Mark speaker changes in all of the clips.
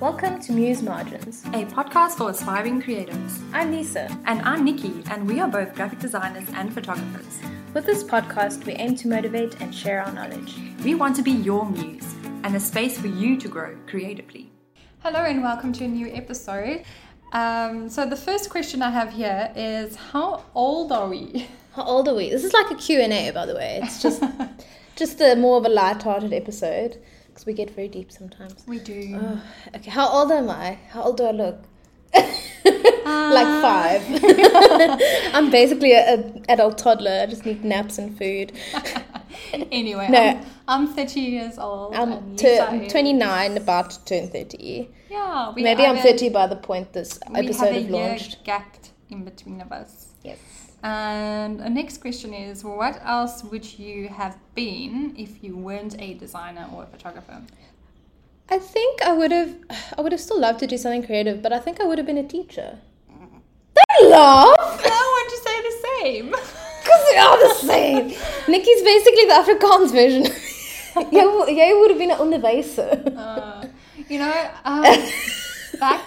Speaker 1: Welcome to Muse Margins.
Speaker 2: a podcast for aspiring creatives.
Speaker 1: I'm Lisa.
Speaker 2: And I'm Nikki, and we are both graphic designers and photographers.
Speaker 1: With this podcast, we aim to motivate and share our knowledge.
Speaker 2: We want to be your muse and a space for you to grow creatively.
Speaker 3: Hello and welcome to a new episode. Um, so the first question I have here is, how old are we?
Speaker 1: How old are we? This is like a Q&A, by the way. It's just just a more of a light-hearted episode because we get very deep sometimes.
Speaker 3: We do.
Speaker 1: Ugh. okay, how old am I? How old do I look?
Speaker 3: Uh,
Speaker 1: like five. I'm basically an adult toddler. I just need naps and food.
Speaker 3: anyway,
Speaker 1: No.
Speaker 3: I'm, I'm 30 years old.
Speaker 1: I'm,
Speaker 3: and
Speaker 1: tu-
Speaker 3: Lisa
Speaker 1: I'm
Speaker 3: is-
Speaker 1: 29, about to turn 30.
Speaker 3: Yeah. we
Speaker 1: Maybe I'm
Speaker 3: have a-
Speaker 1: 30 by the point this
Speaker 3: We
Speaker 1: episode
Speaker 3: have a
Speaker 1: have launched.
Speaker 3: year gapped in between of us.
Speaker 1: Yes.
Speaker 3: And the next question is, what else would you have been if you weren't a designer or a photographer?
Speaker 1: I think I would have I would have still loved to do something creative, but I think I would have been a teacher. Don't laugh.
Speaker 3: No, I just say the same.
Speaker 1: Because we are the same. Nikki's basically the Afrikaans version. jy, wo- jy would have been an onderwijzer.
Speaker 3: Uh, you know, um, back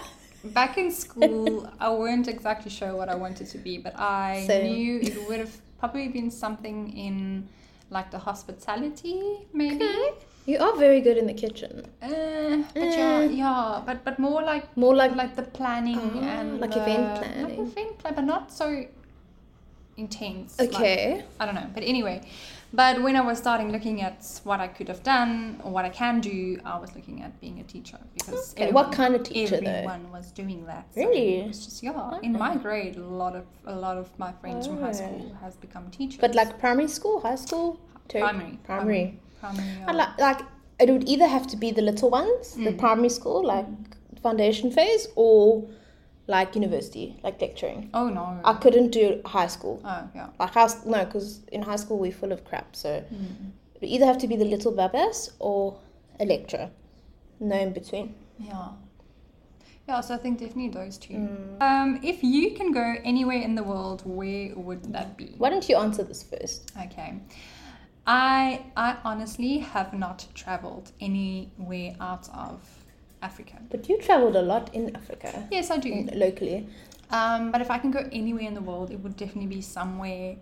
Speaker 3: back in school, I weren't exactly sure what I wanted to be, but I
Speaker 1: Same.
Speaker 3: knew it would have probably been something in like the hospitality, maybe.
Speaker 1: You are very good in the kitchen.
Speaker 3: Uh, but yeah,
Speaker 1: Mm.
Speaker 3: yeah, but but more like
Speaker 1: More like,
Speaker 3: like, the planning
Speaker 1: Ah,
Speaker 3: and
Speaker 1: like
Speaker 3: the-
Speaker 1: event
Speaker 3: like
Speaker 1: planning.
Speaker 3: event plan, but not so intense. like,
Speaker 1: okay.
Speaker 3: I don't know, but anyway. But when I was starting looking at what I could have done or what I can do, I was looking at being a teacher because
Speaker 1: Okay, what kind of teacher, though?
Speaker 3: everyone was doing that.
Speaker 1: Really?
Speaker 3: It's just yeah. In my grade, a lot of a lot of my friends from high school has become teachers.
Speaker 1: Oh. but like primary school, high school, ter-
Speaker 3: primary,
Speaker 1: primary.
Speaker 3: primary.
Speaker 1: I
Speaker 3: yeah.
Speaker 1: like, like it would either have to be the little ones, the primary school, like foundation phase, or like university, like lecturing.
Speaker 3: oh no.
Speaker 1: I couldn't do high school.
Speaker 3: oh yeah.
Speaker 1: Like high s- no, because in high school we're full of crap. So it would either have to be the little babas or a lecturer. No in between.
Speaker 3: Yeah. Yeah, so I think definitely those two. Um, if you can go anywhere in the world, where would that be?
Speaker 1: Why don't you answer this first?
Speaker 3: Okay. I I honestly have not traveled anywhere out of Africa.
Speaker 1: But you traveled a lot in Africa,
Speaker 3: Yes, I do.
Speaker 1: in- locally.
Speaker 3: Um, but if I can go anywhere in the world, it would definitely be somewhere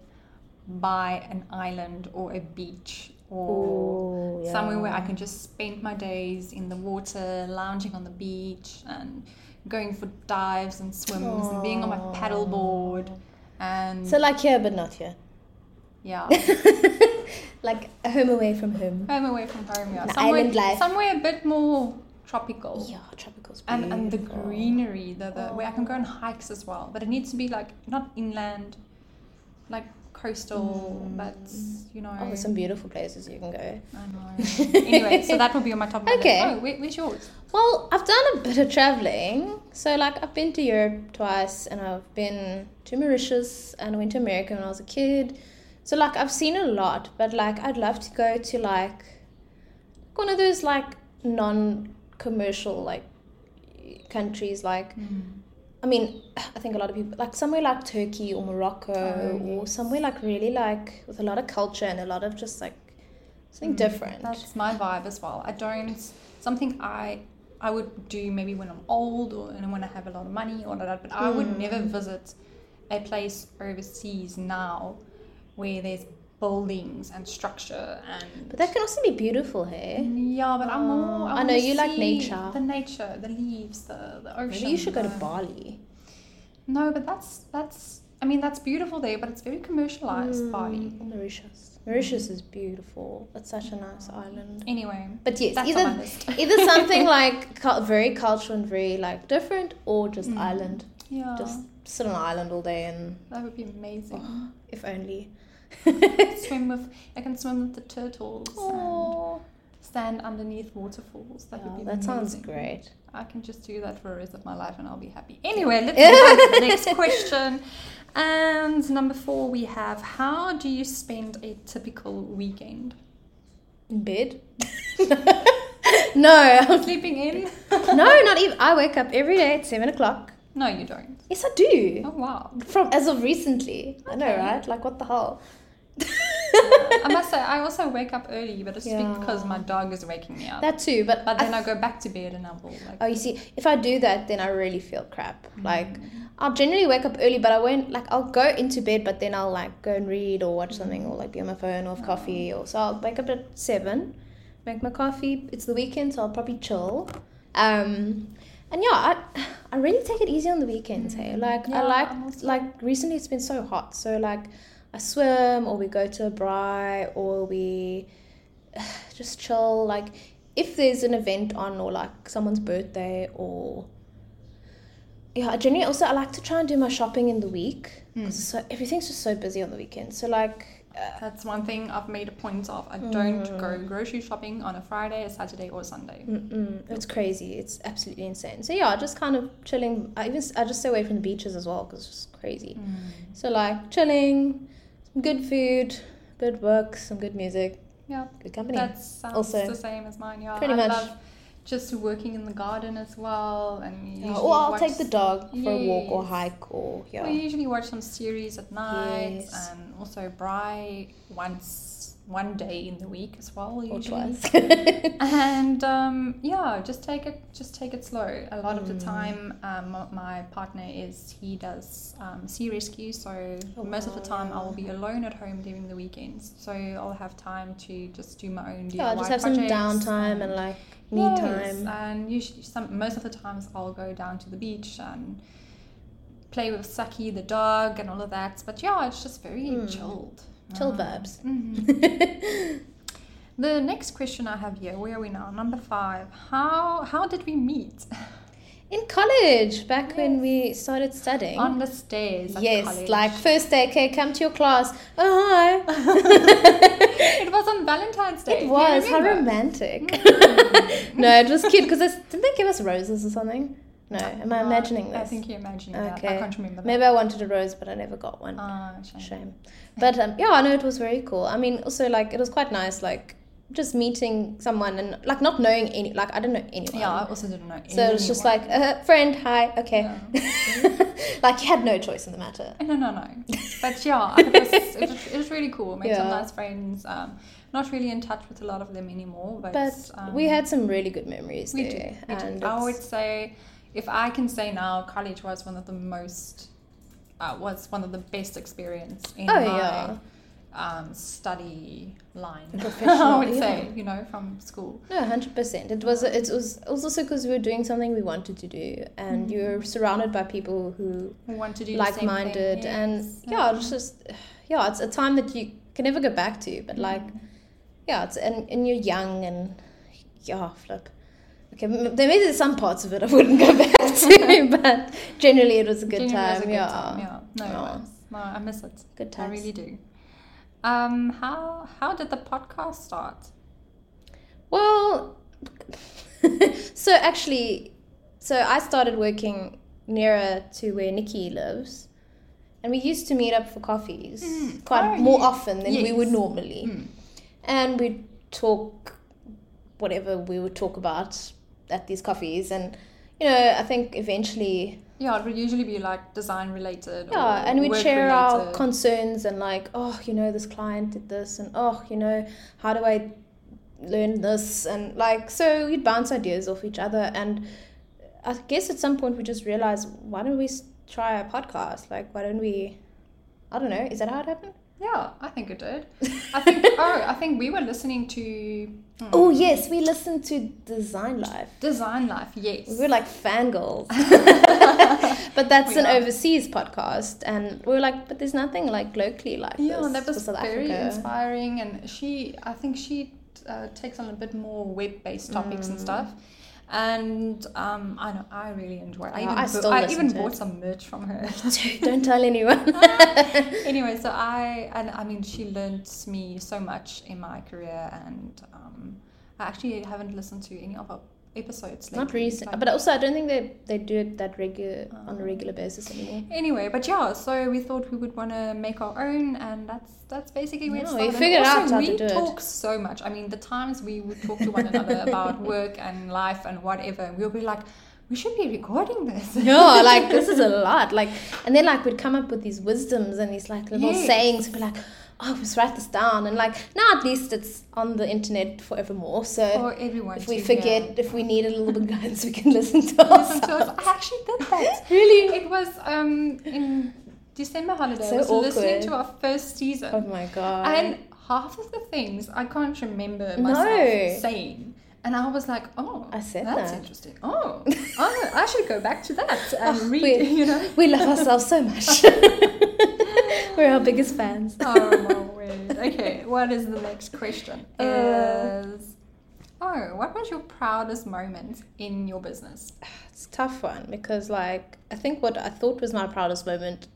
Speaker 3: by an island or a beach or
Speaker 1: Oh, yeah.
Speaker 3: somewhere where I can just spend my days in the water, lounging on the beach and going for dives and swims and being on my paddleboard and
Speaker 1: So like here, but not here.
Speaker 3: yeah.
Speaker 1: Like a home away from home.
Speaker 3: Home away from home, yeah.
Speaker 1: The
Speaker 3: somewhere,
Speaker 1: island life.
Speaker 3: somewhere a bit more tropical.
Speaker 1: Yeah, tropical.
Speaker 3: And, and the greenery, the, the where I can go on hikes as well. But it needs to be like not inland, like coastal,
Speaker 1: Mm.
Speaker 3: but you know.
Speaker 1: Oh, there's some beautiful places you can go.
Speaker 3: I know. anyway, so that will be on my top of my
Speaker 1: Okay.
Speaker 3: list. Oh, where, where's yours?
Speaker 1: Well, I've done a bit of traveling. So, like, I've been to Europe twice and I've been to Mauritius and I went to America when I was a kid. So, like, I've seen a lot, but, like, I'd love to go to, like, one of those, like, non commercial, like, countries. Like, I mean, I think a lot of people, like, somewhere like Turkey or Morocco
Speaker 3: Oh,
Speaker 1: or somewhere, like, really, like, with a lot of culture and a lot of just, like, something different.
Speaker 3: Mm, That's my vibe as well. I don't something I I would do maybe when I'm old or and when I have a lot of money or like that. But I
Speaker 1: Hmm.
Speaker 3: would never visit a place overseas now where there's buildings and structure and
Speaker 1: But that can also be beautiful, hey?
Speaker 3: Mm, yeah, but I'm more. I,
Speaker 1: I know
Speaker 3: wanna
Speaker 1: you like
Speaker 3: see
Speaker 1: nature.
Speaker 3: The nature, the leaves, the the ocean.
Speaker 1: Maybe you should go to
Speaker 3: the-
Speaker 1: Bali.
Speaker 3: No, but that's that's. I mean, that's beautiful there, but it's very commercialized,
Speaker 1: Hmm.
Speaker 3: Bali.
Speaker 1: Mm. Mauritius. Mauritius is beautiful. It's such a nice island.
Speaker 3: Anyway,
Speaker 1: But yes,
Speaker 3: That's on my list.
Speaker 1: either either something like cul- very cultural and very like different, or just
Speaker 3: Mm.
Speaker 1: island.
Speaker 3: yeah,
Speaker 1: Just Oh. sit on an island all day and
Speaker 3: that would be amazing.
Speaker 1: if only.
Speaker 3: swim with I can swim with the turtles
Speaker 1: Oh,
Speaker 3: and stand underneath waterfalls. That would be
Speaker 1: that sounds
Speaker 3: amazing.
Speaker 1: great.
Speaker 3: I can just do that for the rest of my life and I'll be happy. Anyway, let's move on to the next question. And number four we have how do you spend a typical weekend?
Speaker 1: In bed. no,
Speaker 3: Sleeping in?
Speaker 1: no, not even. I wake up every day at seven o'clock.
Speaker 3: No you don't.
Speaker 1: Yes, I do.
Speaker 3: Oh wow.
Speaker 1: From as of recently, I know,
Speaker 3: Okay.
Speaker 1: right? Like, what the hell?
Speaker 3: I must say, I also wake up early, but it's
Speaker 1: Yeah.
Speaker 3: because my dog is waking me up.
Speaker 1: that too, but
Speaker 3: Uh, but then
Speaker 1: I
Speaker 3: I go back to bed and I will like.
Speaker 1: Oh, you see, if I do that, then I really feel crap. Like, I'll generally wake up early, but I won't, like, I'll go into bed, but then I'll, like, go and read or watch something or, like, be on my phone or have coffee. Or, so I'll wake up at seven, make my coffee. It's the weekend, so I'll probably chill. Um, and yeah, I, I really take it easy on the weekends, hey? Like, I
Speaker 3: Mm-hmm. Yeah,
Speaker 1: like,
Speaker 3: I'm also-
Speaker 1: like, recently it's been so hot. So, like, I swim or we go to a braai or we just chill. Like, if there's an event on or like someone's birthday or yeah, I generally also I like to try and do my shopping in the week
Speaker 3: Mm.
Speaker 1: because so everything's just so busy on the weekend. So like, uh,
Speaker 3: That's one thing I've made a point of. I don't go
Speaker 1: Mm.
Speaker 3: grocery shopping on a Friday, a Saturday, or a Sunday.
Speaker 1: mm-mm, it's crazy. It's absolutely insane. So yeah, just kind of chilling. I even I just stay away from the beaches as well because it's just crazy. So like chilling, some good food, good books, some good music,
Speaker 3: Yeah,
Speaker 1: good company.
Speaker 3: that sounds
Speaker 1: Also.
Speaker 3: the same as mine. Yeah,
Speaker 1: Pretty
Speaker 3: I
Speaker 1: much.
Speaker 3: love just working in the garden as well, and
Speaker 1: Yeah,
Speaker 3: usually
Speaker 1: or I'll
Speaker 3: watch
Speaker 1: take the dog for a walk or
Speaker 3: Yes.
Speaker 1: hike or yeah.
Speaker 3: We usually watch some series at night
Speaker 1: Yes.
Speaker 3: and also Bry once one day in the week as well
Speaker 1: Or
Speaker 3: usually.
Speaker 1: twice.
Speaker 3: And um, yeah, just take it just take it slow. A lot of
Speaker 1: Mm.
Speaker 3: the time, um, my partner is he does um, sea rescue, so
Speaker 1: Oh,
Speaker 3: most of the
Speaker 1: wow,
Speaker 3: time I will be alone at home during the weekends. So I'll have time to just do my own. DIY
Speaker 1: yeah, just have some
Speaker 3: projects
Speaker 1: downtime and like me
Speaker 3: Yes,
Speaker 1: time.
Speaker 3: And usually, some most of the times, I'll go down to the beach and play with Saki the dog and all of that. But yeah, it's just very
Speaker 1: Hmm.
Speaker 3: chilled. Mm. Mm-hmm.
Speaker 1: Chill vibes.
Speaker 3: The next question I have here, where are we now? Number five. How how did we meet?
Speaker 1: In college, back when we started studying.
Speaker 3: On the stairs. At
Speaker 1: yes,
Speaker 3: college.
Speaker 1: like first day, okay, come to your class. Oh, hi.
Speaker 3: it was on Valentine's Day.
Speaker 1: it
Speaker 3: You
Speaker 1: was. How
Speaker 3: remember? Mm.
Speaker 1: romantic. no, it was cute because didn't they give us roses or something? No, am I
Speaker 3: No,
Speaker 1: imagining this?
Speaker 3: I think you're imagining that.
Speaker 1: Okay.
Speaker 3: I can't remember that.
Speaker 1: Maybe I wanted a rose, but I never got one.
Speaker 3: Ah, shame.
Speaker 1: Shame. But um, yeah, I know it was very cool. I mean, also, like, it was quite nice, like, just meeting someone and, like, not knowing any, like, I don't know anyone.
Speaker 3: Yeah, I also didn't know.
Speaker 1: So it was just
Speaker 3: anyone.
Speaker 1: like, uh, friend, hi, okay. like, you had no choice in the matter.
Speaker 3: No, no, no. But yeah, it was, it was, it was really cool. Made some
Speaker 1: Yeah.
Speaker 3: nice friends. Um, not really in touch with a lot of them anymore, but,
Speaker 1: But
Speaker 3: um,
Speaker 1: we had some really good memories
Speaker 3: we
Speaker 1: there.
Speaker 3: did. We
Speaker 1: and
Speaker 3: did. I
Speaker 1: it's-
Speaker 3: would say, if I can say now, college was one of the most, uh, was one of the best experience in
Speaker 1: Oh,
Speaker 3: my
Speaker 1: yeah.
Speaker 3: um, study line. I
Speaker 1: Professional,
Speaker 3: would say,
Speaker 1: yeah.
Speaker 3: you know, from school.
Speaker 1: No, hundred percent. It was it was it was also because we were doing something we wanted to do, and you were surrounded by people who
Speaker 3: We want to Mm. do the same thing,
Speaker 1: like-minded, and
Speaker 3: yes.
Speaker 1: yeah, it's just yeah, it's a time that you can never go back to. But like,
Speaker 3: Mm.
Speaker 1: yeah, it's and, and you're young and yeah, flip. Okay, m- there may be some parts of it I wouldn't go back to, but generally it was a good
Speaker 3: Genuinely
Speaker 1: time.
Speaker 3: was a good
Speaker 1: yeah.
Speaker 3: time, yeah. No, it
Speaker 1: Yeah.
Speaker 3: was. No, I miss it.
Speaker 1: Good
Speaker 3: I
Speaker 1: times.
Speaker 3: really do. Um, how how did the podcast start?
Speaker 1: Well, so actually, so I started working nearer to where Nikki lives, and we used to meet up for coffees quite
Speaker 3: Oh,
Speaker 1: more
Speaker 3: yes.
Speaker 1: often than we would
Speaker 3: Yes. Mm.
Speaker 1: normally, and we'd talk whatever we would talk about at these coffees, and you know, I think eventually
Speaker 3: Yeah, it would usually be like design related.
Speaker 1: yeah,
Speaker 3: or
Speaker 1: and we'd
Speaker 3: work
Speaker 1: share our
Speaker 3: related.
Speaker 1: concerns and like, oh, you know, this client did this, and oh, you know, how do I learn this? And like, so we'd bounce ideas off each other. And I guess at some point we just realized, why don't we s- try a podcast? Like, why don't we? I don't know. Is that how it happened?
Speaker 3: yeah, I think it did. I think oh, I think we were listening to mm,
Speaker 1: Oh yes, we listened to Design Life.
Speaker 3: Design Life. Yes,
Speaker 1: We were like fangirls. but that's
Speaker 3: We
Speaker 1: an
Speaker 3: are.
Speaker 1: overseas podcast. And we were like, but there's nothing like locally like
Speaker 3: yeah,
Speaker 1: this.
Speaker 3: and that
Speaker 1: for
Speaker 3: was
Speaker 1: South
Speaker 3: very
Speaker 1: Africa.
Speaker 3: inspiring. And she, I think she uh, takes on a bit more web based topics
Speaker 1: Mm.
Speaker 3: and stuff. And um, I know I really enjoy. It. I
Speaker 1: Yeah,
Speaker 3: even
Speaker 1: I
Speaker 3: bo-
Speaker 1: still
Speaker 3: I
Speaker 1: listen
Speaker 3: even
Speaker 1: to it.
Speaker 3: bought some merch from her.
Speaker 1: Don't tell anyone.
Speaker 3: anyway, so I and I mean she learnt me so much in my career, and um, I actually haven't listened to any of her episodes.
Speaker 1: Not
Speaker 3: lately,
Speaker 1: recent,
Speaker 3: like-
Speaker 1: but also I don't think they they do it that regular on a regular basis anymore.
Speaker 3: anyway, but yeah, so we thought we would want to make our own, and that's that's basically where it
Speaker 1: Yeah, we
Speaker 3: started.
Speaker 1: figured
Speaker 3: also,
Speaker 1: out how
Speaker 3: we
Speaker 1: to do it.
Speaker 3: talk so much. I mean, the times we would talk to one another about work and life and whatever, and we'll be like, we should be recording this.
Speaker 1: No, like this is a lot. Like, and then like we'd come up with these wisdoms and these like little
Speaker 3: Yes.
Speaker 1: sayings. We'd be like, oh, I must write this down. And like now, at least it's on the internet forevermore. So
Speaker 3: for everyone.
Speaker 1: if we
Speaker 3: to hear.
Speaker 1: forget, if we need a little bit of guidance, we can listen to
Speaker 3: Listen to
Speaker 1: ourselves.
Speaker 3: us. I actually did that.
Speaker 1: really?
Speaker 3: It was um in December holiday.
Speaker 1: So
Speaker 3: I was listening
Speaker 1: awkward.
Speaker 3: to our first season,
Speaker 1: Oh my god.
Speaker 3: and half of the things I can't remember
Speaker 1: No.
Speaker 3: myself saying. And I was like, oh,
Speaker 1: I said
Speaker 3: that's
Speaker 1: that.
Speaker 3: interesting. Oh, oh, I should go back to that and
Speaker 1: Oh,
Speaker 3: read.
Speaker 1: weird.
Speaker 3: You know.
Speaker 1: we love ourselves so much. We're our biggest fans.
Speaker 3: Oh my word. Okay, what is the next question?
Speaker 1: Uh,
Speaker 3: Is oh, what was your proudest moment in your business?
Speaker 1: It's a tough one because, like, I think what I thought was my proudest moment,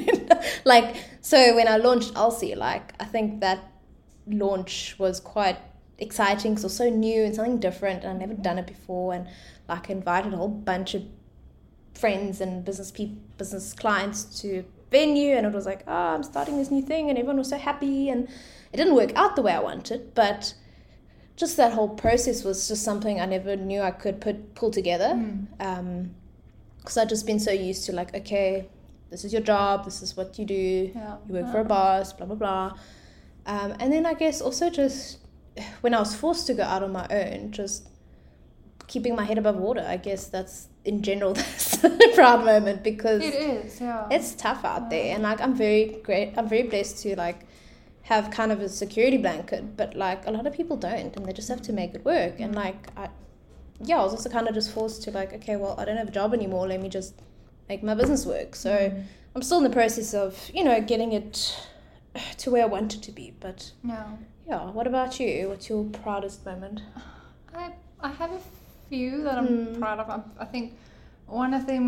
Speaker 1: like, so when I launched Elsie, like, I think that launch was quite exciting because it was so new and something different, and I'd never done it before, and like, I invited a whole bunch of friends and business people, business clients to venue, and it was like, oh, I'm starting this new thing, and everyone was so happy, and it didn't work out the way I wanted, but just that whole process was just something I never knew I could put pull together
Speaker 3: Hmm.
Speaker 1: um because I've just been so used to like okay this is your job this is what you do
Speaker 3: Yeah.
Speaker 1: you work for a boss blah blah blah um, and then I guess also just when I was forced to go out on my own just keeping my head above water I guess that's in general that's a proud moment because
Speaker 3: It is, yeah.
Speaker 1: it's tough out there and like i'm very great i'm very blessed to like have kind of a security blanket but like a lot of people don't and they just have to make it work and like i yeah i was also kind of just forced to like okay well i don't have a job anymore let me just make my business work so i'm still in the process of you know getting it to where i want it to be but
Speaker 3: yeah.
Speaker 1: yeah what about you what's your proudest moment
Speaker 3: I I have a few that I'm proud of. I, I think one of them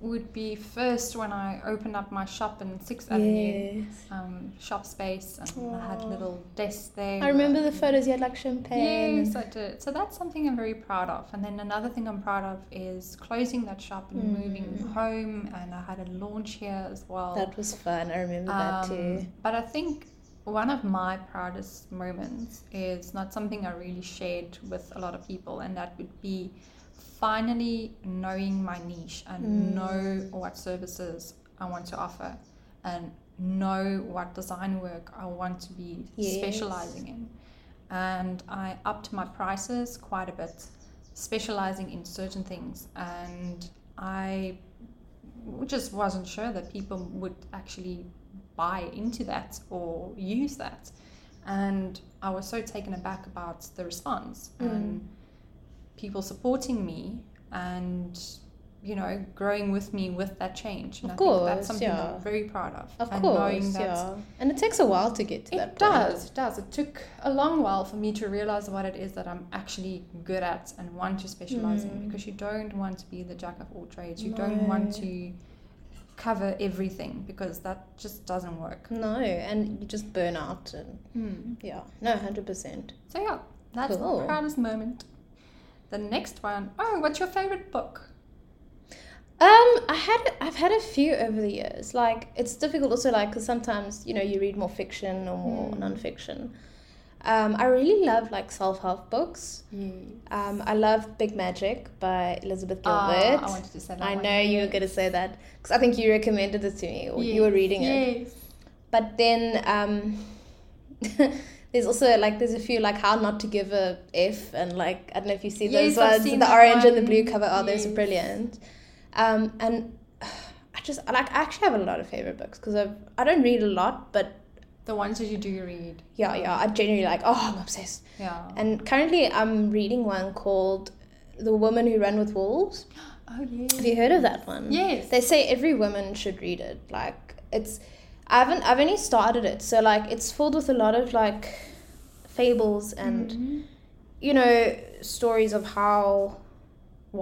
Speaker 3: would be first when I opened up my shop in Sixth Avenue, um, shop space, and I had
Speaker 1: Aw.
Speaker 3: little desks there.
Speaker 1: i remember the photos you had like champagne and-
Speaker 3: Yes, I did. So that's something I'm very proud of. And then another thing I'm proud of is closing that shop and moving home. And I had a launch here as well.
Speaker 1: that was fun i remember that too
Speaker 3: Um, But I think one of my proudest moments is not something I really shared with a lot of people, and that would be finally knowing my niche and
Speaker 1: Mm.
Speaker 3: know what services I want to offer and know what design work I want to be
Speaker 1: Yes.
Speaker 3: specializing in. And I upped my prices quite a bit, specializing in certain things. And I just wasn't sure that people would actually buy into that or use that. And I was so taken aback about the response
Speaker 1: Mm.
Speaker 3: and people supporting me and, you know, growing with me with that change. And
Speaker 1: Of
Speaker 3: I think
Speaker 1: course,
Speaker 3: that's something
Speaker 1: yeah.
Speaker 3: I'm very proud of.
Speaker 1: Of
Speaker 3: and knowing
Speaker 1: course,
Speaker 3: that
Speaker 1: yeah. And it takes a while to get to
Speaker 3: it
Speaker 1: that point.
Speaker 3: does, it does. It took a long while for me to realize what it is that I'm actually good at and want to specialize in because you don't want to be the jack of all trades. You don't want
Speaker 1: Mm. No.
Speaker 3: to cover everything because that just doesn't work.
Speaker 1: No, and you just burn out, and yeah, no, hundred percent.
Speaker 3: So, yeah, that's
Speaker 1: Hmm. Cool.
Speaker 3: the proudest moment. The next one oh, what's your favorite book?
Speaker 1: Um, I had I've had a few over the years. Like it's difficult also, like because sometimes you know you read more fiction or more nonfiction. Um, I really love like self help books. Um, I love Big Magic by Elizabeth
Speaker 3: Ah,
Speaker 1: Gilbert.
Speaker 3: I wanted to say that.
Speaker 1: I
Speaker 3: one.
Speaker 1: know you were gonna say that because I think you recommended it to me or you were reading it.
Speaker 3: Yes.
Speaker 1: but then um there's also like there's a few like how not to give a f and like i don't know if you see
Speaker 3: Yes,
Speaker 1: those
Speaker 3: I've
Speaker 1: ones
Speaker 3: seen
Speaker 1: the
Speaker 3: that
Speaker 1: orange and the
Speaker 3: one.
Speaker 1: blue cover oh those
Speaker 3: Yes.
Speaker 1: are brilliant um and i just I like i actually have a lot of favorite books because i've i don't read a lot but
Speaker 3: The ones that you do read.
Speaker 1: yeah yeah i generally like oh i'm obsessed
Speaker 3: Yeah.
Speaker 1: and currently i'm reading one called the woman who ran with wolves
Speaker 3: Oh,
Speaker 1: have
Speaker 3: yeah.
Speaker 1: you heard of that one
Speaker 3: Yes.
Speaker 1: they say every woman should read it like it's i haven't i've only started it so like it's filled with a lot of like fables and
Speaker 3: Mm-hmm.
Speaker 1: you know stories of how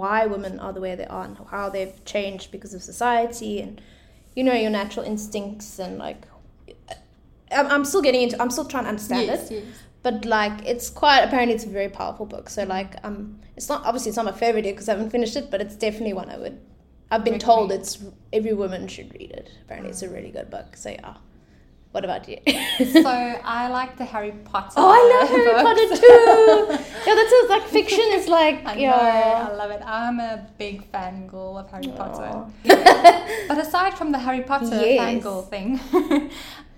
Speaker 1: why women are the way they are and how they've changed because of society and you know your natural instincts and like i'm, I'm still getting into i'm still trying to understand it
Speaker 3: Yes, yes.
Speaker 1: but like it's quite apparently it's a very powerful book so like um it's not obviously it's not my favorite because i haven't finished it but it's definitely one i would i've been told
Speaker 3: Recommend.
Speaker 1: it's every woman should read it apparently it's a really good book so yeah what about you
Speaker 3: so I like the Harry Potter.
Speaker 1: oh i love harry
Speaker 3: books.
Speaker 1: potter too yeah that's it, like fiction is like
Speaker 3: I
Speaker 1: yeah
Speaker 3: know, I love it. I'm a big fangirl of Harry
Speaker 1: Aw.
Speaker 3: Potter. but aside from the Harry Potter
Speaker 1: Yes.
Speaker 3: fangirl thing,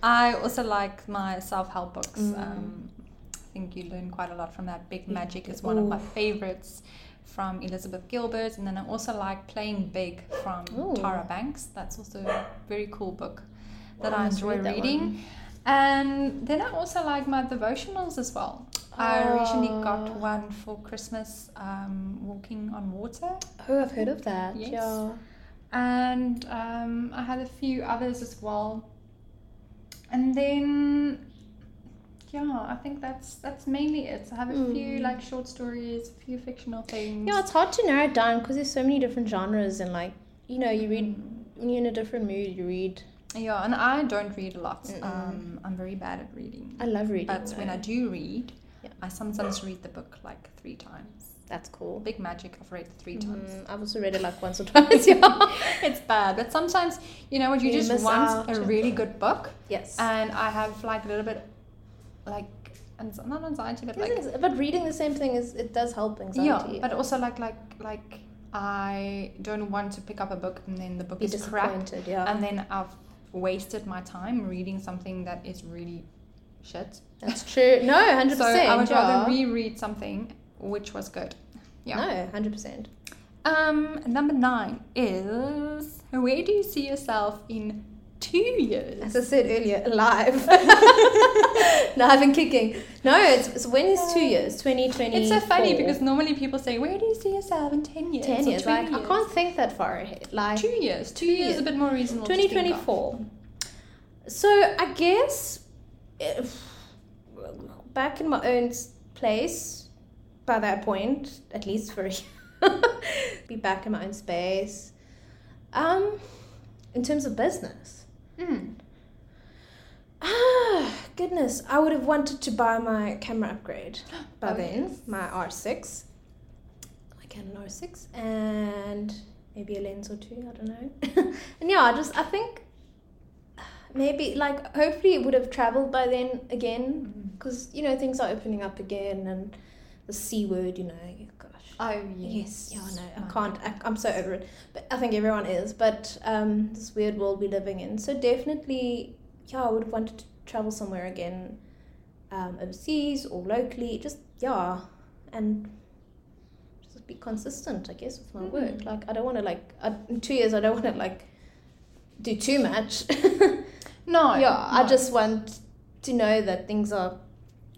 Speaker 3: I also like my self help books.
Speaker 1: Mm.
Speaker 3: Um, I think you learn quite a lot from that. Big Magic is one of my favorites from Elizabeth Gilbert. And then I also like Playing Big from
Speaker 1: Ooh.
Speaker 3: Tara Banks. That's also a very cool book that I
Speaker 1: Must
Speaker 3: enjoy
Speaker 1: read that
Speaker 3: reading. And Um, then I also like my devotionals as well. I originally got
Speaker 1: Oh.
Speaker 3: one for Christmas, um, Walking on Water.
Speaker 1: Oh, I've heard of that.
Speaker 3: Yes.
Speaker 1: Yeah.
Speaker 3: and um, I had a few others as well. And then, yeah, I think that's that's mainly it. So I have a few
Speaker 1: Mm.
Speaker 3: like short stories, a few fictional things.
Speaker 1: Yeah, it's hard to narrow it down because there's so many different genres and like you know you read
Speaker 3: Mm.
Speaker 1: when you're in a different mood you read.
Speaker 3: Yeah, and I don't read a lot.
Speaker 1: Mm-mm.
Speaker 3: Um, I'm very bad at reading.
Speaker 1: I love reading.
Speaker 3: But when I
Speaker 1: though.
Speaker 3: do read,
Speaker 1: Yeah.
Speaker 3: I sometimes read the book like three times.
Speaker 1: that's cool.
Speaker 3: Big Magic, I've read it three times.
Speaker 1: Mm, I've also read it like once or twice. Yeah.
Speaker 3: It's bad, but sometimes you know what you,
Speaker 1: You
Speaker 3: just
Speaker 1: miss
Speaker 3: want
Speaker 1: out.
Speaker 3: a really good book,
Speaker 1: yes.
Speaker 3: and I have like a little bit, like, ans- not anxiety, but like
Speaker 1: Isn't- but reading the same thing is it does help anxiety.
Speaker 3: Yeah, but also like like like I don't want to pick up a book and then the book
Speaker 1: be
Speaker 3: is crap,
Speaker 1: disappointed. Yeah,
Speaker 3: and then I've wasted my time reading something that is really shit.
Speaker 1: that's true. No, hundred
Speaker 3: So
Speaker 1: percent.
Speaker 3: I would rather reread something which was good. yeah.
Speaker 1: No, hundred percent.
Speaker 3: Um, number nine is where do you see yourself in two years?
Speaker 1: As I said earlier, alive, live and kicking. No, it's, it's when is two years? Twenty twenty.
Speaker 3: It's so funny because normally people say where do you see yourself in ten years?
Speaker 1: ten
Speaker 3: or
Speaker 1: years.
Speaker 3: 20
Speaker 1: Like I can't think that far ahead. Like
Speaker 3: Two years. Two,
Speaker 1: Two
Speaker 3: years is
Speaker 1: years.
Speaker 3: a bit more reasonable. to think of.
Speaker 1: 2024. So I guess if back in my own s- place by that point, at least for a year, be back in my own space. Um, in terms of business,
Speaker 3: Mm.
Speaker 1: ah, goodness, I would have wanted to buy my camera upgrade by
Speaker 3: Oh,
Speaker 1: then,
Speaker 3: yes.
Speaker 1: my R6, my Canon R6, and maybe a lens or two, I don't know. and yeah, I just, I think maybe, like, hopefully it would have traveled by then again, because, you know, things are opening up again, and the C word, you know, gosh.
Speaker 3: Oh
Speaker 1: Yes,
Speaker 3: yes.
Speaker 1: yeah, I know. Oh, I
Speaker 3: My
Speaker 1: can't. I, I'm so over it. But I think everyone is. But um, this weird world we're living in. So definitely, yeah, I would have wanted to travel somewhere again, um, overseas or locally. Just yeah, and just be consistent, I guess, with my
Speaker 3: Mm.
Speaker 1: work. Like I don't want to like I, in two years. I don't want to like do too much.
Speaker 3: No.
Speaker 1: yeah, I
Speaker 3: no.
Speaker 1: just want to know that things are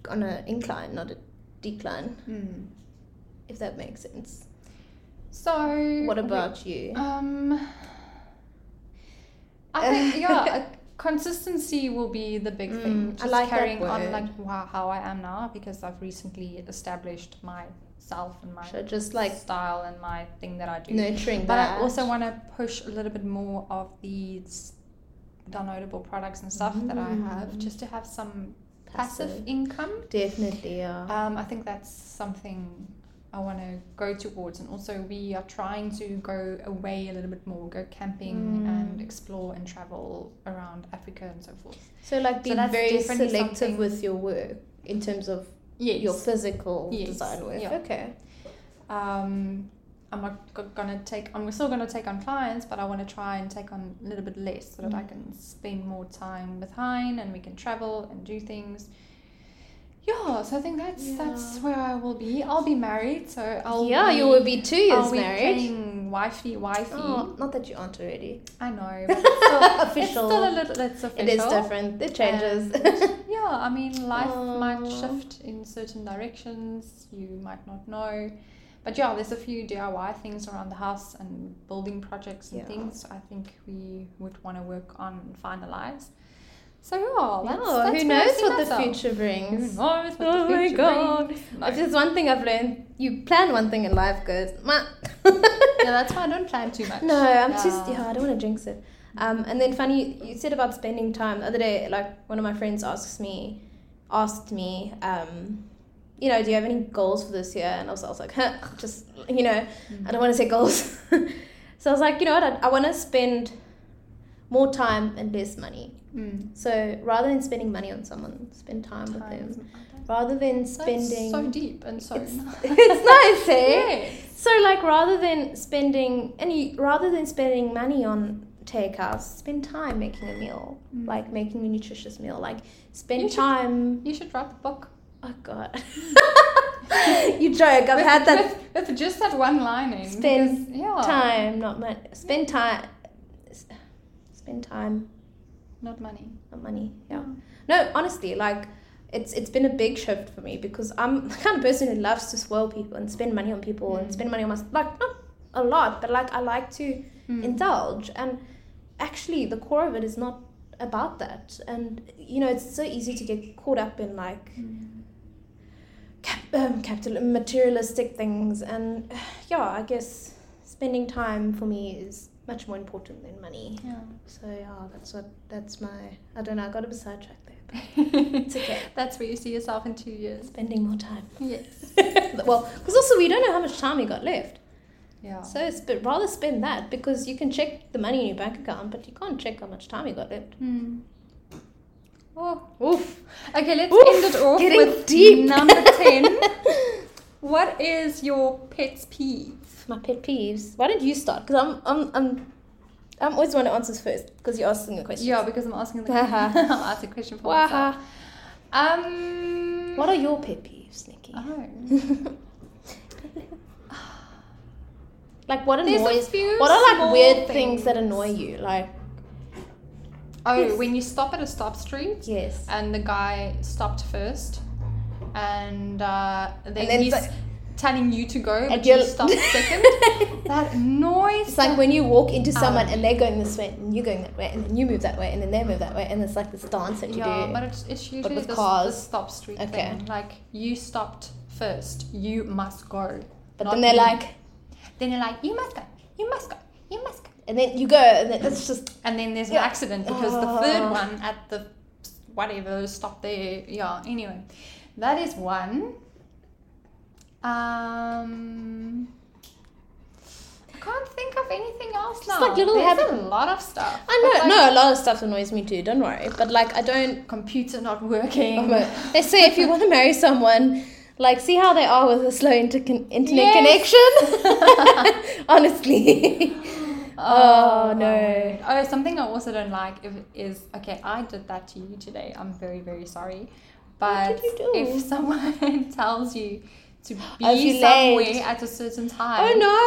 Speaker 1: on an incline, not a decline.
Speaker 3: Mm.
Speaker 1: If that makes sense.
Speaker 3: So.
Speaker 1: What about you?
Speaker 3: Um. I think yeah, uh, consistency will be the big thing.
Speaker 1: Mm, I like that
Speaker 3: carrying on
Speaker 1: word.
Speaker 3: like wha- how I am now because I've recently established myself and my
Speaker 1: So just like
Speaker 3: style and my thing that I do.
Speaker 1: nurturing
Speaker 3: but
Speaker 1: that.
Speaker 3: I also want to push a little bit more of these downloadable products and stuff that I have
Speaker 1: Mm.
Speaker 3: just to have some passive income.
Speaker 1: Definitely, yeah.
Speaker 3: Um, I think that's something I want to go towards, and also we are trying to go away a little bit more, go camping
Speaker 1: Mm.
Speaker 3: and explore and travel around Africa and so forth.
Speaker 1: So like be
Speaker 3: that's
Speaker 1: very
Speaker 3: definitely
Speaker 1: selective
Speaker 3: something-
Speaker 1: with your work in terms of
Speaker 3: Yes.
Speaker 1: your physical
Speaker 3: Yes,
Speaker 1: design work.
Speaker 3: yeah.
Speaker 1: Okay.
Speaker 3: um, I'm not go- gonna take. I'm still gonna take on clients, but I want to try and take on a little bit less, so that I
Speaker 1: Mm.
Speaker 3: can spend more time with Hein, and we can travel and do things. Yeah, so I think that's that's
Speaker 1: Yeah.
Speaker 3: where I will be. I'll be married, so I'll
Speaker 1: yeah, you will be two years
Speaker 3: I'll be
Speaker 1: married.
Speaker 3: playing wifey wifey.
Speaker 1: Oh, not that you aren't already.
Speaker 3: I know, but it's still, it's
Speaker 1: Official.
Speaker 3: still a little. It's official.
Speaker 1: It is different. It changes.
Speaker 3: And, yeah, I mean, life might
Speaker 1: Aw.
Speaker 3: shift in certain directions. You might not know, but yeah, there's a few DIY things around the house and building projects and
Speaker 1: Yeah.
Speaker 3: things. I think we would want to work on and finalize. So yeah, that's,
Speaker 1: Yeah,
Speaker 3: that's
Speaker 1: Oh, who
Speaker 3: where I
Speaker 1: knows
Speaker 3: see
Speaker 1: what
Speaker 3: myself.
Speaker 1: the future
Speaker 3: Who
Speaker 1: brings?
Speaker 3: knows what the
Speaker 1: Oh my
Speaker 3: future
Speaker 1: God.
Speaker 3: brings? No.
Speaker 1: If there's one thing I've learned, you plan one thing and life goes. "Mah."
Speaker 3: yeah, that's why I don't plan too much.
Speaker 1: No, I'm too.
Speaker 3: Yeah.
Speaker 1: Yeah, I don't want to jinx it. Um, and then funny, you said about spending time. The other day, like one of my friends asks me, asked me, um, you know, do you have any goals for this year? And I was, I was like, huh, just you know,
Speaker 3: Mm.
Speaker 1: I don't want to say goals. so I was like, you know what? I, I want to spend more time and less money.
Speaker 3: Mm.
Speaker 1: So rather than spending money on someone, spend time with them.
Speaker 3: Times.
Speaker 1: rather than
Speaker 3: That's
Speaker 1: spending
Speaker 3: so deep and so
Speaker 1: it's, it's nice, eh?
Speaker 3: Yes.
Speaker 1: So like rather than spending any rather than spending money on takeouts, spend time making a meal.
Speaker 3: Mm.
Speaker 1: Like making a nutritious meal. Like spend
Speaker 3: You should-
Speaker 1: time
Speaker 3: You should write the book.
Speaker 1: Oh god. you joke, I've
Speaker 3: with,
Speaker 1: had that
Speaker 3: with, with just that one lining.
Speaker 1: Spend
Speaker 3: because- yeah,
Speaker 1: time, not money. Spend time s- spend time,
Speaker 3: not money.
Speaker 1: not money. Yeah. No, honestly, like it's it's been a big shift for me because I'm the kind of person who loves to spoil people and spend money on people and
Speaker 3: Mm.
Speaker 1: spend money on myself. Like not a lot, but like I like to
Speaker 3: Mm.
Speaker 1: indulge and actually the core of it is not about that and you know it's so easy to get caught up in like
Speaker 3: Mm.
Speaker 1: cap- um, capital materialistic things and yeah i guess spending time for me is much more important than money
Speaker 3: Yeah.
Speaker 1: so yeah that's what that's my i don't know i got a bit sidetracked there but it's
Speaker 3: it's
Speaker 1: okay
Speaker 3: That's where you see yourself in two years.
Speaker 1: spending more time
Speaker 3: Yes.
Speaker 1: well because also we don't know how much time you got left
Speaker 3: Yeah.
Speaker 1: so sp- rather spend that because you can check the money in your bank account but you can't check how much time you got left
Speaker 3: Mm. Oh.
Speaker 1: Oof.
Speaker 3: Okay, let's
Speaker 1: Oof,
Speaker 3: end it off
Speaker 1: getting
Speaker 3: with
Speaker 1: deep.
Speaker 3: number 10. what is your pet's peeve?
Speaker 1: My pet peeves. Why don't you start? Because I'm, I'm, I'm, I'm always one who answers first because you're asking the question.
Speaker 3: Yeah, because I'm asking the
Speaker 1: Haha.
Speaker 3: I'll ask a question for myself.
Speaker 1: Waha.
Speaker 3: Um,
Speaker 1: What are your pet peeves, Nikki?
Speaker 3: Oh.
Speaker 1: like what
Speaker 3: There's a
Speaker 1: annoys?
Speaker 3: few
Speaker 1: What are like
Speaker 3: small
Speaker 1: weird things. that
Speaker 3: things.
Speaker 1: annoy you? Like
Speaker 3: Oh,
Speaker 1: Yes.
Speaker 3: when you stop at a stop street
Speaker 1: yes.
Speaker 3: and the guy stopped first, and uh, then,
Speaker 1: And then
Speaker 3: he's
Speaker 1: the-
Speaker 3: telling you to go, but
Speaker 1: you're-
Speaker 3: you stop second. that annoys.
Speaker 1: It's like when you walk into someone
Speaker 3: Um,
Speaker 1: and they're going this way and you're going that way and then you move that way and then they move that way and it's like this dance that you
Speaker 3: yeah,
Speaker 1: do.
Speaker 3: but it's, it's usually
Speaker 1: with
Speaker 3: the, the
Speaker 1: cars.
Speaker 3: stop street
Speaker 1: Okay.
Speaker 3: thing. Like you stopped first, you must go.
Speaker 1: But
Speaker 3: not
Speaker 1: then they're
Speaker 3: me.
Speaker 1: like,
Speaker 3: then they're like, you must go, you must go, you must go.
Speaker 1: and then you go and then it's just
Speaker 3: and then there's an
Speaker 1: Yeah.
Speaker 3: accident because the third
Speaker 1: Ah.
Speaker 3: one at the whatever stop there yeah anyway that is one um i can't think of anything else
Speaker 1: Just
Speaker 3: now
Speaker 1: like little
Speaker 3: there's
Speaker 1: habit-
Speaker 3: a lot of stuff
Speaker 1: I know,
Speaker 3: But, like,
Speaker 1: no, a lot of stuff annoys me too. Don't worry, but like I don't.
Speaker 3: computer not working
Speaker 1: I'm a- They say if you want to marry someone, like see how they are with a slow inter- con- internet
Speaker 3: Yes. Um,
Speaker 1: connection. Honestly, Oh, no.
Speaker 3: Oh, something I also don't like if, is okay. I did that to you today. I'm very very sorry. But
Speaker 1: What did you do?
Speaker 3: if someone tells you to be
Speaker 1: Oh, if you're
Speaker 3: somewhere
Speaker 1: late.
Speaker 3: at a certain time,
Speaker 1: oh no,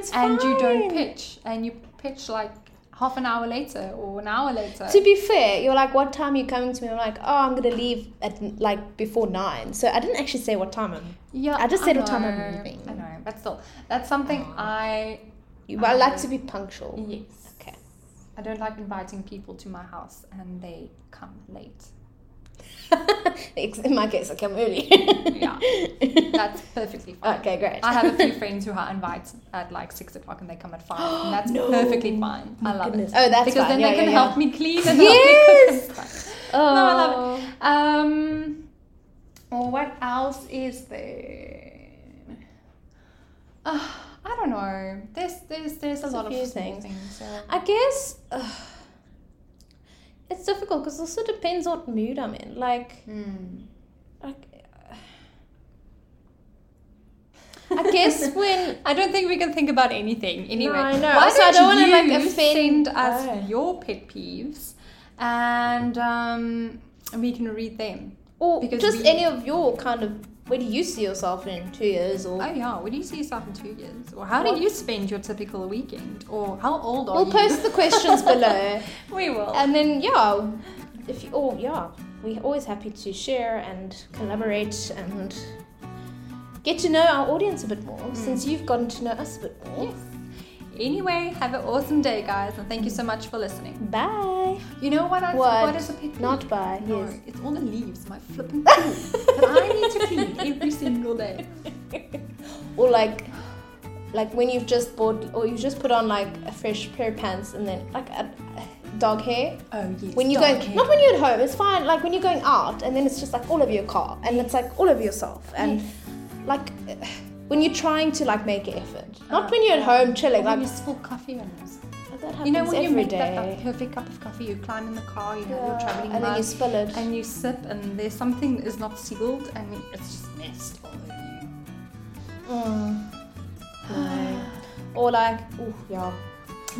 Speaker 1: it's
Speaker 3: and you don't
Speaker 1: fine.
Speaker 3: pitch, and you pitch like half an hour later or an hour later.
Speaker 1: To be fair, you're like, what time are you coming to me? I'm like, oh, I'm gonna leave at like before nine. So I didn't actually say what time I'm.
Speaker 3: yeah,
Speaker 1: I just said what time I'm
Speaker 3: know,
Speaker 1: leaving. Oh.
Speaker 3: I know, but still, that's something I
Speaker 1: You, but I like
Speaker 3: Oh.
Speaker 1: to be punctual.
Speaker 3: yes.
Speaker 1: Okay.
Speaker 3: I don't like inviting people to my house and they come late.
Speaker 1: Ex- In my case, I come early.
Speaker 3: Yeah, that's perfectly fine.
Speaker 1: okay, great.
Speaker 3: I have a few friends who I invite at like six o'clock and they come at five. And that's
Speaker 1: No.
Speaker 3: perfectly fine. I love
Speaker 1: Goodness.
Speaker 3: it.
Speaker 1: Oh, that's
Speaker 3: because
Speaker 1: fine.
Speaker 3: then
Speaker 1: yeah,
Speaker 3: they can
Speaker 1: yeah, yeah.
Speaker 3: help me clean and
Speaker 1: Yes.
Speaker 3: help me cook and stuff.
Speaker 1: Oh.
Speaker 3: No, I love it. Um, or what else is there? Uh, I don't know. There's there's there's
Speaker 1: There's
Speaker 3: a
Speaker 1: a
Speaker 3: lot
Speaker 1: few
Speaker 3: of small
Speaker 1: things.
Speaker 3: yeah.
Speaker 1: I guess uh, it's difficult because it also depends what mood I'm in. Like,
Speaker 3: Mm.
Speaker 1: like I guess when
Speaker 3: I don't think we can think about anything anyway.
Speaker 1: I know.
Speaker 3: Why
Speaker 1: Also, I
Speaker 3: don't,
Speaker 1: don't wanna, like,
Speaker 3: you
Speaker 1: offend-
Speaker 3: send us
Speaker 1: Oh.
Speaker 3: your pet peeves, and um, we can read them.
Speaker 1: or
Speaker 3: Because
Speaker 1: just
Speaker 3: we-
Speaker 1: any of your kind of where do you see yourself in two years or
Speaker 3: Oh yeah, where do you see yourself in two years? Or how
Speaker 1: What-
Speaker 3: do you spend your typical weekend? Or how old are
Speaker 1: we'll
Speaker 3: you?
Speaker 1: post the questions below
Speaker 3: we will.
Speaker 1: and then yeah if you oh yeah we're always happy to share and collaborate and get to know our audience a bit more since you've gotten to know us a bit more
Speaker 3: Mm. Yes. Anyway, have an awesome day, guys, and thank you so much for listening.
Speaker 1: bye
Speaker 3: You know what? I,
Speaker 1: What?
Speaker 3: what is a pet peeve?
Speaker 1: Not by
Speaker 3: no,
Speaker 1: yes.
Speaker 3: it's all the leaves, my flipping poo that I need to clean every single day.
Speaker 1: Or like, like when you've just bought or you just put on like a fresh pair of pants and then like a, a dog hair.
Speaker 3: Oh yes.
Speaker 1: When you're
Speaker 3: dog
Speaker 1: going,
Speaker 3: hair.
Speaker 1: not when you're at home, it's fine. Like when you're going out and then it's just like all over your car and it's like all over yourself and
Speaker 3: Yes.
Speaker 1: like when you're trying to like make an effort. Not
Speaker 3: Uh,
Speaker 1: when you're at home chilling.
Speaker 3: When
Speaker 1: Like
Speaker 3: you spill coffee on us.
Speaker 1: that's That happens
Speaker 3: You know when you
Speaker 1: every
Speaker 3: make
Speaker 1: day.
Speaker 3: that, that perfect cup of coffee, you climb in the car, you know, you're
Speaker 1: Yeah,
Speaker 3: traveling
Speaker 1: and then you
Speaker 3: around,
Speaker 1: spill it.
Speaker 3: and you sip, and there's something that is not sealed, and it's just messed all over you.
Speaker 1: Mm. No. Mm. or like, oh yeah,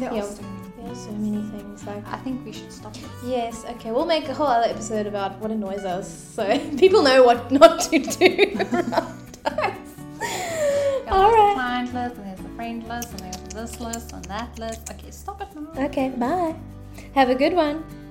Speaker 3: There
Speaker 1: Yeah.
Speaker 3: are so many
Speaker 1: there are so
Speaker 3: things.
Speaker 1: many things like.
Speaker 3: I think we should stop this.
Speaker 1: Yes, okay, we'll make a whole other episode about what annoys us so people know what not to do around us.
Speaker 3: Yeah,
Speaker 1: All
Speaker 3: there's the
Speaker 1: right.
Speaker 3: client list, and there's the friend list, and there's this list, and that list. Okay, stop it now.
Speaker 1: Okay, bye. Have a good one.